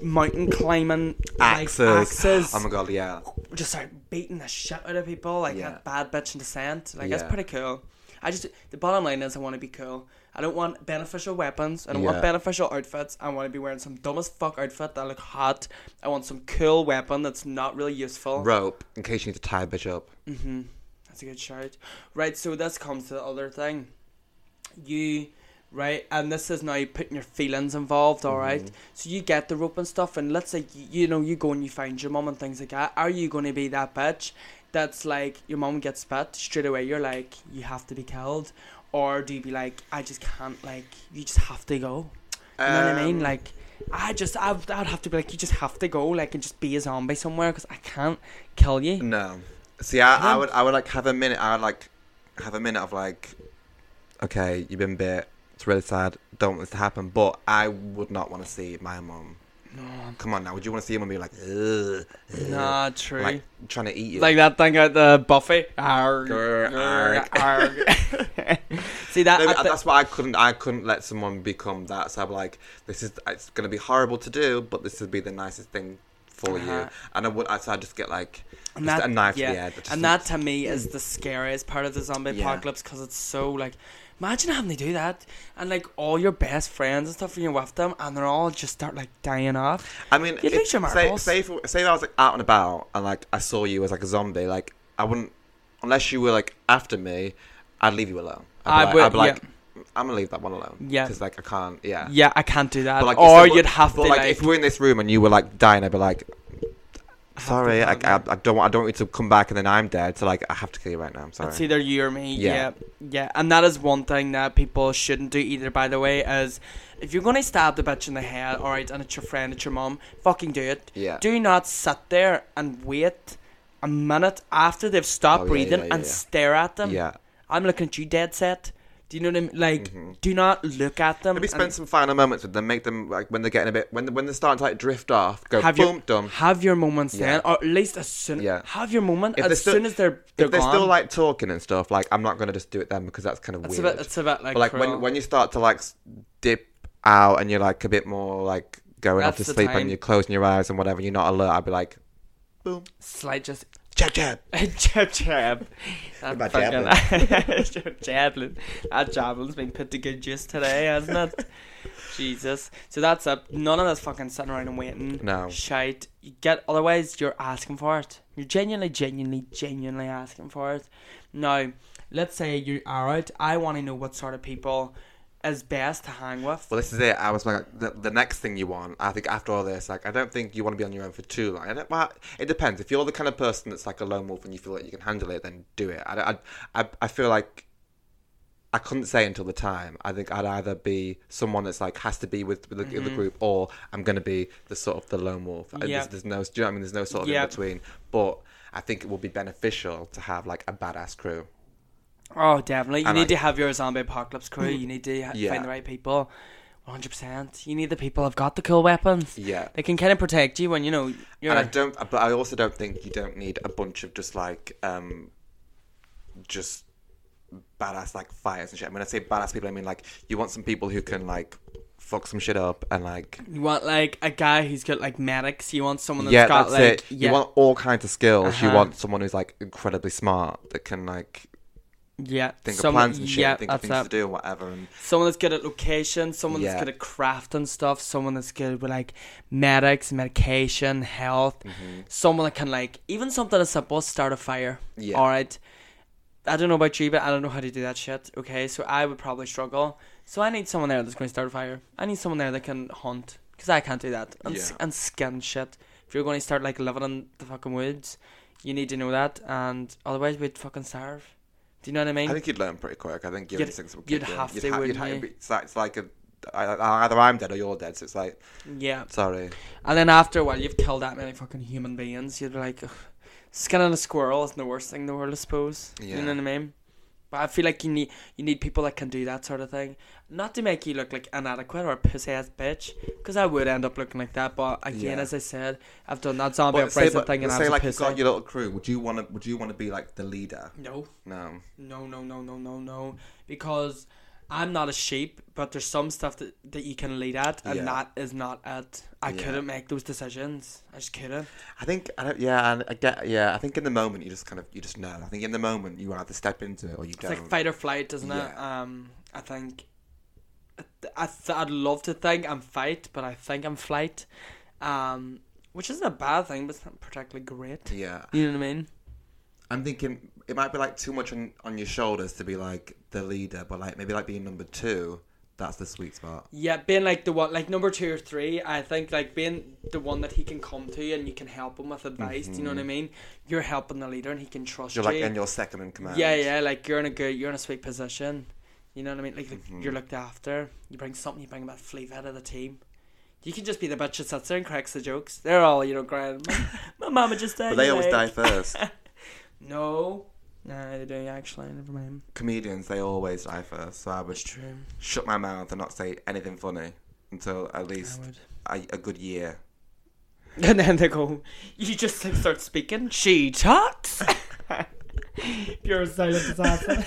mountain climbing like,
axes.
axes.
Oh my god, yeah.
just like beating the shit out of people, like
Yeah.
that bad bitch in descent. Like that's
Yeah.
pretty cool. I just the bottom line is I want to be cool. I don't want beneficial weapons. I don't want
Yeah.
beneficial outfits. I want to be wearing some dumb as fuck outfit that look hot. I want some cool weapon that's not really useful.
Rope in case you need to tie a bitch up.
That's a good shout. Right, so this comes to the other thing. You, right, and this is now putting your feelings involved, all right?
Mm-hmm.
So you get the rope and stuff, and let's say, you, you know, you go and you find your mum and things like that. Are you going to be that bitch that's like, your mum gets bit straight away, you're like, you have to be killed? Or do you be like, I just can't, like, you just have to go? You know what I mean?
Um,
Like, I just, I, would- I'd have to be like, you just have to go, like, and just be a zombie somewhere, because I can't kill you.
No. See, I, I would, I would like have a minute. I would like have a minute of like, okay, you've been bit. It's really sad. Don't want this to happen, but I would not want to see my mum Come on now, would you want to see him and be like, "Ugh, ugh,"
Nah, true.
like
Like,
trying to eat you?
that thing at the buffet. Arg,
Grr,
grr, arg. See that?
No,
at the-
that's why I couldn't. I couldn't let someone become that. So I'm like, this is. It's gonna be horrible to do, but this would be the nicest thing for you.
Uh-huh.
And I would. I, so I just get like
And
just
that-
a knife
yeah.
to the head. Just
and that to me is the scariest part of the zombie
Yeah.
apocalypse because it's so like, imagine having to do that and like all your best friends and stuff, and you're with them, and they're all just start like dying off.
I mean,
You'd
it-
lose your
say,
marbles.
say, if, say if I was like out and about and like I saw you as like a zombie, like I wouldn't, unless you were like after me, I'd leave you alone.
I
like-
would-
I'd be like, I'm gonna leave that one alone.
Yeah.
because like I can't. Yeah.
Yeah, I can't do that.
But, like, if
or
someone-
you'd have
but,
to
like,
like.
if we're in this room and you were like dying, I'd be like,
have to
sorry,
have
I, I,
that.
I don't want, I don't want you to come back and then I'm dead. So like, I have to kill you right now. I'm sorry.
It's either you or me.
Yeah.
Yeah. yeah, and that is one thing that people shouldn't do either. By the way, is if you're gonna stab the bitch in the head, all right, and it's your friend, it's your mom, fucking do it.
Yeah.
Do not sit there and wait a minute after they've stopped
Oh, yeah,
breathing
yeah, yeah,
and
yeah.
stare at them.
yeah.
I'm looking at you, dead set. Do you know what I mean? Like,
Mm-hmm.
do not look at them.
Maybe
and
spend some final moments with them. Make them like when they're getting a bit when when they're starting to like drift off. Go
have
boom,
your
dum.
have your moments
Yeah.
then, or at least as soon.
Yeah.
Have your moment
If they're
as
still-
soon as they're they're
If they're
gone.
still like talking and stuff, like I'm not gonna just do it then because that's kind of
it's a
weird.
bit. It's a bit like.
but like
cruel.
when when you start to like s- dip out and you're like a bit more like going off to
That's the
sleep
time.
and you're closing your eyes and whatever, you're not alert. I'd be like, boom,
slight just
jab jab.
jab jab. That
about
fucking- javelin. That javelin's been put to good use today, hasn't it? Jesus. So that's up. None of us fucking sitting around and waiting.
No.
Shite. You get otherwise you're asking for it. You're genuinely, genuinely, genuinely asking for it. Now, let's say you are out. I want to know what sort of people is best to hang with.
Well, this is it. I was like, the, the next thing you want, I think after all this, like, I don't think you want to be on your own for too long. I don't, well, it depends. If you're the kind of person that's like a lone wolf and you feel like you can handle it, then do it. I, don't- I, I, I feel like I couldn't say until the time. I think I'd either be someone that's like has to be with, with the, the group, or I'm going to be the sort of the lone wolf. And
Mm-hmm. Yeah.
There's, there's no, do you know what I mean? There's no sort of
Yeah.
in between. But I think it will be beneficial to have like a badass crew.
Oh, definitely. You
And
need
I-
to have your zombie apocalypse crew. You need to ha-
Yeah.
find the right people. 100%. You need the people who've got the cool weapons.
Yeah.
They can kind of protect you when, you know, you're.
And I don't, but I also don't think you don't need a bunch of just like, um, just badass like fighters and shit. When I say badass people, I mean like you want some people who can like fuck some shit up and like
You want, like, a guy who's got, like, medics. You want someone that's
yeah,
got,
that's
like.
it.
Yeah,
You want all kinds of skills. You
Uh-huh.
want someone who's like incredibly smart that can like
yeah.
think
someone-
of plans and shit,
Yeah,
think of
that's
things to
it.
do and whatever. And
Someone that's good at location, someone
Yeah.
that's good at crafting stuff, someone that's good with, like, medics, medication, health.
Mm-hmm.
Someone that can, like, even something as simple as start a fire.
Yeah.
All right. I don't know about you, but I don't know how to do that shit. Okay, so I would probably struggle. So I need someone there that's going to start a fire. I need someone there that can hunt because I can't do that and, s
Yeah.
and skin shit. If you're going to start like living in the fucking woods, you need to know that, and otherwise we'd fucking starve. Do you know what I mean?
I think you'd learn pretty quick. I think you'd,
You'd-
things would
you'd
kick in.
have to,
you'd
wouldn't
ha-
you?
it'd be- It's like, it's like a, I, I- either I'm dead or you're dead. So it's like
yeah.
sorry.
And then after a while, you've killed that many fucking human beings. You'd be like, Ugh, skinning a squirrel isn't the worst thing in the world, I suppose. You
Yeah.
know what I mean? But I feel like you need you need people that can do that sort of thing, not to make you look like inadequate or a pussy ass bitch. Because I would end up looking like that. But again,
Yeah.
as I said, I've done that zombie
But say,
uprising
but,
thing, and I
say
was
like
a
you've
pussy.
got your little crew. Would you want to? Would you want to be like the leader?
No,
No.
no, no, no, no, no, no. Because I'm not a sheep, but there's some stuff that, that you can lead at, and
Yeah.
that is not it. I
Yeah.
couldn't make those decisions. I just couldn't.
I think I don't. Yeah, and I get. Yeah, I think in the moment you just kind of you just know. I think in the moment you either step into it or you
It's
don't.
like fight or flight, isn't it?
Yeah.
Um, I think. I th- I'd love to think I'm fight, but I think I'm flight. Um, which isn't a bad thing, but it's not particularly great.
yeah,
You know what I mean?
I'm thinking it might be like too much on on your shoulders to be like the leader, but like maybe like being number two. That's the sweet spot.
Yeah, being like the one, like number two or three, I think like being the one that he can come to and you can help him with advice. Do you know what I mean? You're helping the leader and he can trust
You're like
you.
in your second in command.
yeah, yeah, like you're in a good, you're in a sweet position. You know what I mean? Like, like
Mm-hmm.
you're looked after. You bring something, you bring about flavor out of the team. You can just be the bitch that sits there and cracks the jokes. They're all, you know, crying. "My- My mama just died.
But they always
like-
die first.
No, no, they do actually. Never mind.
Comedians, they always die first. So I would
It's true.
shut my mouth and not say anything funny until at
I
least
would.
a, a good year
And then they go, you just like start speaking. She talks. Pure silent disaster.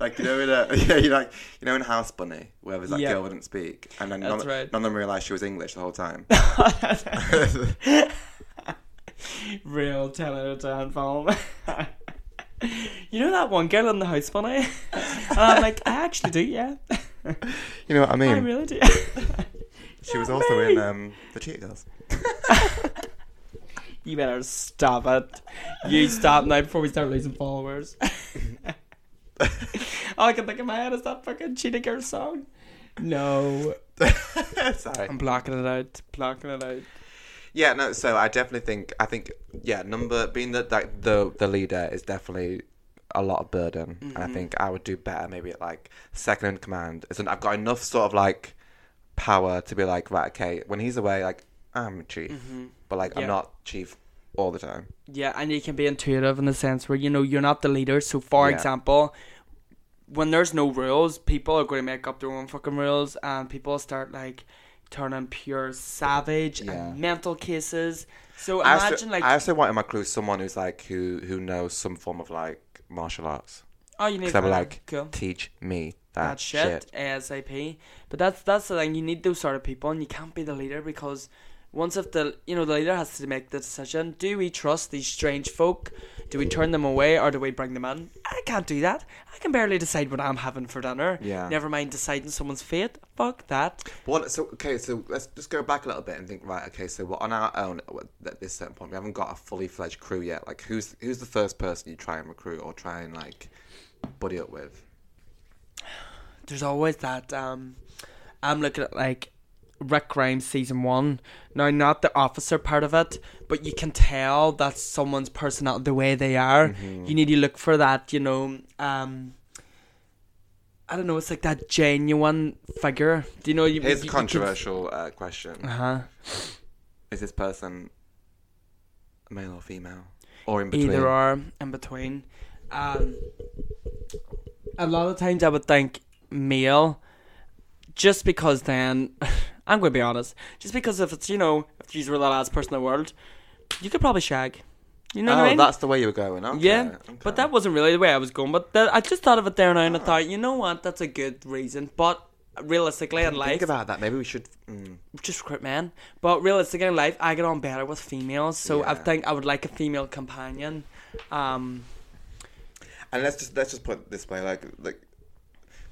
Like you know in a, yeah, you like you know in House Bunny where there's that
Yeah.
girl wouldn't speak and then
That's
none,
right.
none of them realised she was English the whole time.
Real 10 out of 10 film. you know that one girl in the house bunny? And I'm like, I actually do, yeah.
You know what I mean?
I really do.
she was also
me.
in um, the Cheetah Girls.
you better stop it. You stop now before we start losing followers. All I can think in my head is that fucking Cheetah Girl song. No.
Sorry.
I'm blocking it out. Blocking it out.
Yeah, no. So I definitely think I think yeah, number being the like the the leader is definitely a lot of burden. And
Mm-hmm.
I think I would do better maybe at like second in command. It's an, I've got enough sort of like power to be like right, okay, when he's away, like I'm chief, but like
Mm-hmm. Yeah.
I'm not chief all the time.
Yeah, and you can be intuitive in the sense where you know you're not the leader. So, for
Yeah.
example, when there's no rules, people are going to make up their own fucking rules, and people start like turning pure savage
Yeah.
and mental cases. So
I
imagine
also,
like
I also want in my crew someone who's like who who knows some form of like martial arts.
oh, you need
Because I'm
that.
like
cool.
teach me that,
that shit, ASAP. But that's that's the thing. You need those sort of people, and you can't be the leader because once if the you know the leader has to make the decision: do we trust these strange folk? Do we turn them away, or do we bring them in? I can't do that. I can barely decide what I'm having for dinner.
Yeah.
Never mind deciding someone's fate. Fuck that.
Well, so okay, so let's just go back a little bit and think. Right, okay, so we're on our own at this certain point. We haven't got a fully fledged crew yet. Like, who's who's the first person you try and recruit or try and like buddy up with?
there's always that um I'm looking at like Rick Grimes season one. Now not the officer part of it, but you can tell that's someone's personality the way they are. You need to look for that, you know, um I don't know, it's like that genuine figure. Do you know you
Here's
you-
a
you can-
controversial uh, question:
uh-huh.
Is this person male or female, or in between?
Either or in between. Um, a lot of times I would think male, just because then, I'm going to be honest, just because if it's, you know, if you were the last person in the world, you could probably shag. You know
oh,
what I mean?
that's the way you were going. Okay,
yeah,
okay.
but that wasn't really the way I was going. But that, I just thought of it there and I thought, you know what, that's a good reason. But realistically in life,
think about that. Maybe we should. Mm,
just recruit men. But realistically in life, I get on better with females, so I
Yeah.
think I would like a female companion. Um,
and let's just let's just put it this way: like like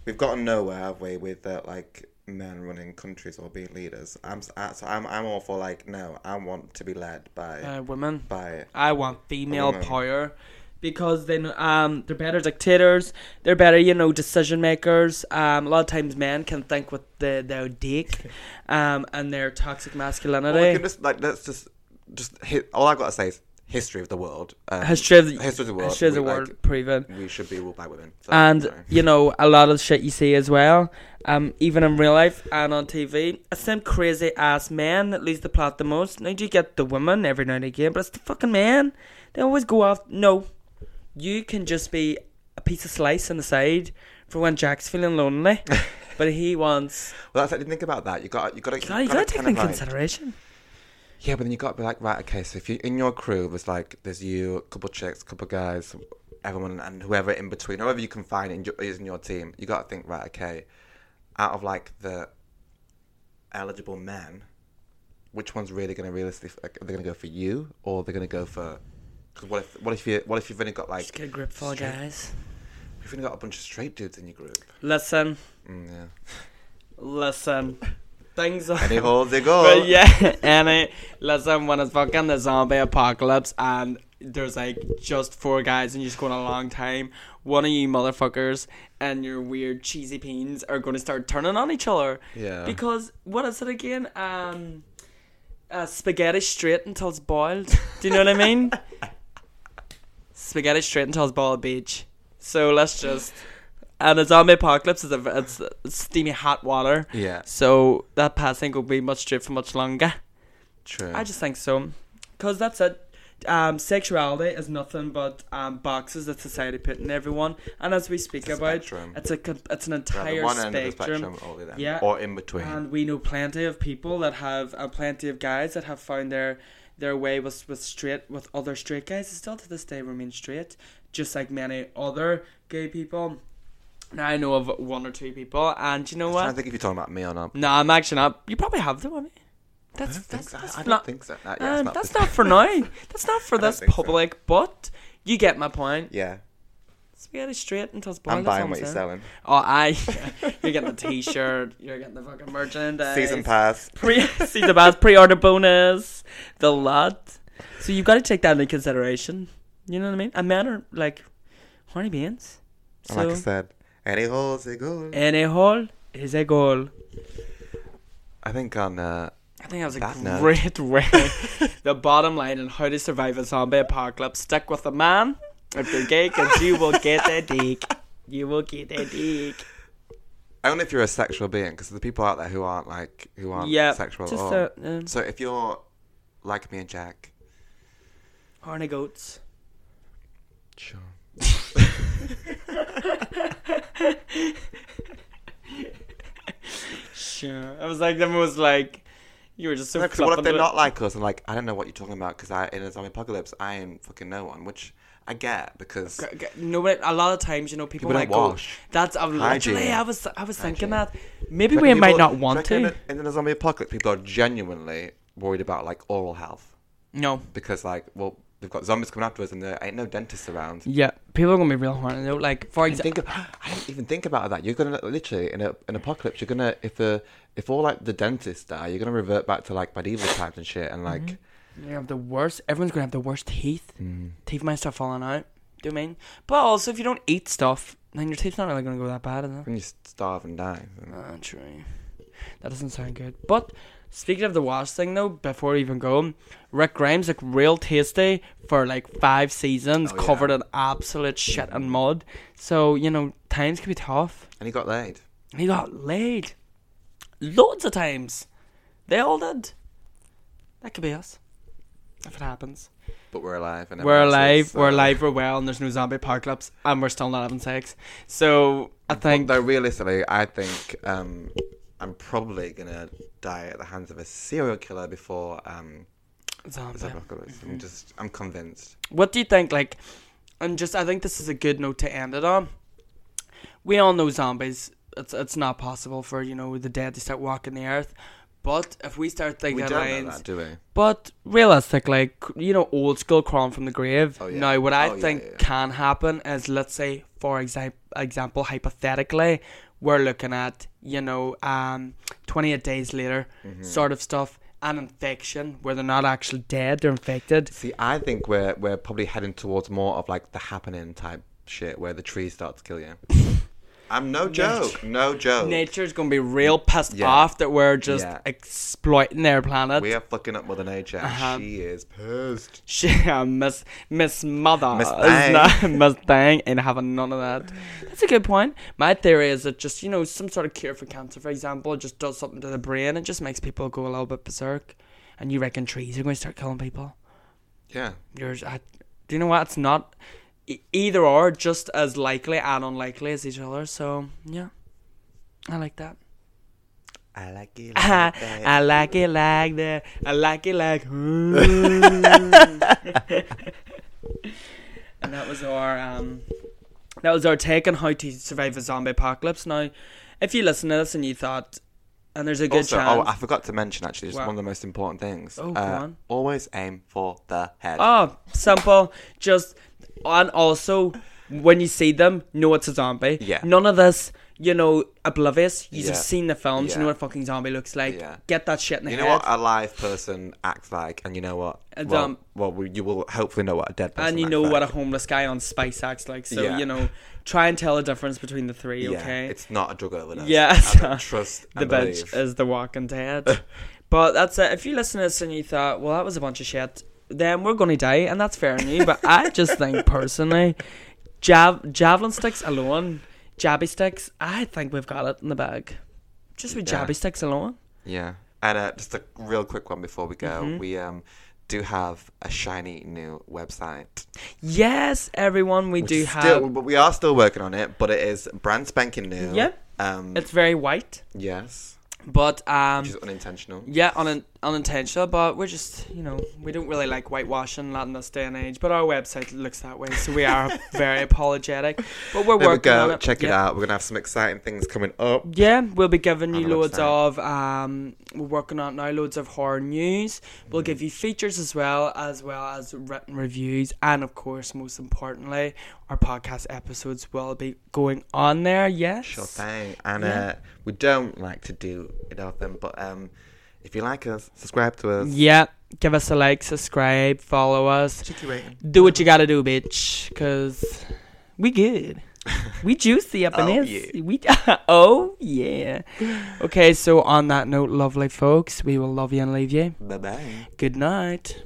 we've gotten nowhere, have we, with uh, like men running countries or being leaders? I'm s- I- so I'm I'm all for like no, I want to be led by
uh, women.
by
I want female
Women.
power because then um they're better dictators. They're better, you know, decision makers. Um, a lot of times men can think with the their dick, um, and their toxic masculinity.
Well, we can just like let's just just hit. All I've got to say is history of the world. Um,
history of the,
history of the world.
history of the
we, like,
world proven.
we should be ruled by women. So,
and
sorry.
you know a lot of shit you see as well um even in real life and on tv it's them crazy ass men that lose the plot the most now you get the women every now and again but it's the fucking man they always go off no you can just be a piece of slice on the side for when jack's feeling lonely but he wants
well, that's, I didn't think about that. You got you got to
god you gotta take that in consideration
Yeah, but then you got to be like, right, okay, so if you in your crew, there's like, there's you, a couple chicks, a couple guys, everyone, and whoever in between, whoever you can find in your, is in your team, you got to think, right, okay, out of like the eligible men, which one's really going to realistically, like, are they going to go for you or they're going to go for, because what if, what if you, what if you've only got like,
just get a grip full
Straight-
guys
you've only got a bunch of straight dudes in your group?
listen
Mm, yeah.
listen things are
Any holes they go.
But yeah, and I listen when it's fucking the zombie apocalypse and there's like just four guys and you're just going a long time. One of you motherfuckers and your weird cheesy peens are going to start turning on each other.
Yeah.
Because what is it again? Um, uh, spaghetti straight until it's boiled. Do you know what I mean? spaghetti straight until it's boiled, bitch. So let's just. And a zombie apocalypse is a it's steamy hot water.
Yeah,
So that passing will be much straight for much longer.
true.
I just think so. Because that's it. um, sexuality is nothing but um, boxes that society put in everyone, and as we speak
a
about,
spectrum.
it's a com- it's an
You're at
entire
the one end of the
spectrum.
spectrum, all the
Yeah.
or in between.
And we know plenty of people that have, and plenty of guys that have found their their way with with straight with other straight guys. and Still to this day remain straight, just like many other gay people. Now I know of one or two people, and you know
I don't
what?
think if you're talking about me or not.
No, I'm actually not. You probably have them, haven't you?
I
That's
don't think
that's,
so.
that's
I
not-
don't think so. That- yeah, it's
um,
not
that's
the-
not for now. That's not for
I don't
this
think so.
public. But you get my point.
Yeah,
It's really straight until it's born.
I'm buying what you're selling.
Oh, I. You're getting the T-shirt. You're getting the fucking merchandise.
Season pass.
Pre season pass. Pre-order bonus. The lot. So you've got to take that into consideration. You know what I mean? And men are like horny beings.
And like I
So
said, any holes a goal.
any hole is a goal.
I think on uh,
I think that was a
That note.
great way. the bottom line on how to survive a zombie apocalypse: stick with a man if you're gay, 'cause you will get a dick. You will get a dick.
only if you're a sexual being, because the people out there who aren't like who aren't
Yeah,
sexual at
just
all.
a- um,
so if you're like me and Jack,
Horny goats.
sure.
Sure. I was like, them was like, you were just so.
No, 'cause what if
flippant
they're
about
not like us? And like, I don't know what you're talking about because I in a zombie apocalypse, I am fucking no one, which I get because
G- g- No, but a lot of times, you know, people,
People
might
don't
go.
wash.
That's i literally.
Hygiene.
I was, I was thinking
Hygiene.
that maybe
Like,
we
people-
might not want
like,
to.
In a, in a zombie apocalypse, people are genuinely worried about like oral health
no.
because like, well, they've got zombies coming after us and there ain't no dentists around.
Yeah, people are gonna be real horny. Though. Like, for
I
example,
think I didn't even think about that. You're gonna literally in a, an apocalypse. You're gonna if the if all like the dentists die, you're gonna revert back to like medieval times and shit. And like, Mm.
you have the worst. Everyone's gonna have the worst teeth. Teeth might start falling out. Do you mean? But also, if you don't eat stuff, then your teeth's not really gonna go that bad, is it?
when you starve and die, and
Ah, true. That doesn't sound good. But speaking of the wash thing, though, before we even go, Rick Grimes looked real tasty for like five seasons,
Oh, yeah.
covered in absolute shit and mud. So you know, times can be tough.
he got laid.
And he got laid loads of times. They all did. That could be us if it happens.
But we're alive. And
We're
everyone else
alive.
is,
We're
so-
alive. We're well, and there's no zombie apocalypse, and we're still not having sex. So I think
Though realistically, I think um, I'm probably gonna die at the hands of a serial killer before um,
zombie.
the apocalypse.
Mm-hmm.
I'm just I'm convinced.
What do you think? Like, and just I think this is a good note to end it on. We all know zombies. It's it's not possible for you know the dead to start walking the earth, but if we start
We
thinking
don't know
lines,
that, do we?
but realistically, c- you know, old school crawling from the grave.
Oh, yeah.
Now, what I
Oh, yeah,
think
yeah, yeah.
can happen is, let's say, for exa- example, hypothetically, we're looking at you know, um, twenty eight days later,
Mm-hmm.
sort of stuff, an infection where they're not actually dead; they're infected.
See, I think we're we're probably heading towards more of like the happening type shit where the trees start to kill you. I'm no joke, no joke.
nature's gonna be real pissed
Oh. Yeah.
off that we're just
Yeah.
exploiting their planet.
We are fucking up Mother Nature. and
Uh-huh.
She is pissed.
she, uh, Miss Miss Mother
Miss
is not Miss Thang and having none of that. That's a good point. My theory is that just you know some sort of cure for cancer, for example, just does something to the brain. It just makes people go a little bit berserk. And you reckon trees are going to start killing people?
Yeah.
Yours, I, do you know what? It's not e- either or, just as likely and unlikely as each other. So yeah, I like that.
I like it.
Uh-huh. I like it like that. I like it like.
hmm.
and that was our um, that was our take on how to survive a zombie apocalypse. Now, if you listen to this and you thought, and there's a good
also,
chance.
oh, I forgot to mention actually, just
Wow.
one of the most important things. Uh,
Oh, go on.
Always aim for the head.
Oh, simple. Just and also when you see them, know it's a zombie.
Yeah.
None of this, you know, oblivious. You've
Yeah.
seen the films. You know
Yeah.
what a fucking zombie looks like.
Yeah.
Get that shit in the
you
head.
know what a live person acts like, and you know what?
And,
well,
um,
well, we- you will hopefully know what a dead person.
and you
acts
know
like.
what a homeless guy on spice acts like. So
Yeah.
you know, try and tell the difference between the three.
Yeah,
okay.
it's not a drug overdose.
Yeah,
Yeah,
it's not.
trust
the
and
bench
believe.
is the Walking Dead. but that's it. If you listen to this and you thought, well, that was a bunch of shit, then we're gonna die, and that's fair on you. But I just think personally, jav- javelin sticks alone, jabby sticks, I think we've got it in the bag. Just with
Yeah.
jabby sticks alone. Mm-hmm.
Yeah. And uh, just a real quick one before we go. We um do have a shiny new website.
Yes, everyone, we do have.
Still, but we are still working on it. But it is brand spanking new.
Yep.
Um.
it's very white,
yes.
but um,
Which is unintentional.
yeah, un- unintentional. But we're just, you know, we don't really like whitewashing, not in this day and age. But our website looks that way, so we are very apologetic. But we're
There we
working
go.
on it.
Check it
Yep.
out. We're gonna have some exciting things coming up.
Yeah, we'll be giving you
On the
loads
website.
of um we're working on now loads of horror news. We'll
Mm-hmm.
give you features as well as well as written reviews and of course most importantly our podcast episodes will be going on there, yes.
Sure thing. And uh, we don't like to do it often, but um, if you like us, subscribe to us.
Yeah, give us a like, subscribe, follow us.
Cheeky rating.
Do what you gotta do, bitch, cause we good. We juicy up in
Oh,
this. We oh yeah. Okay, so on that note, lovely folks, we will love you and leave you.
Bye bye.
Good night.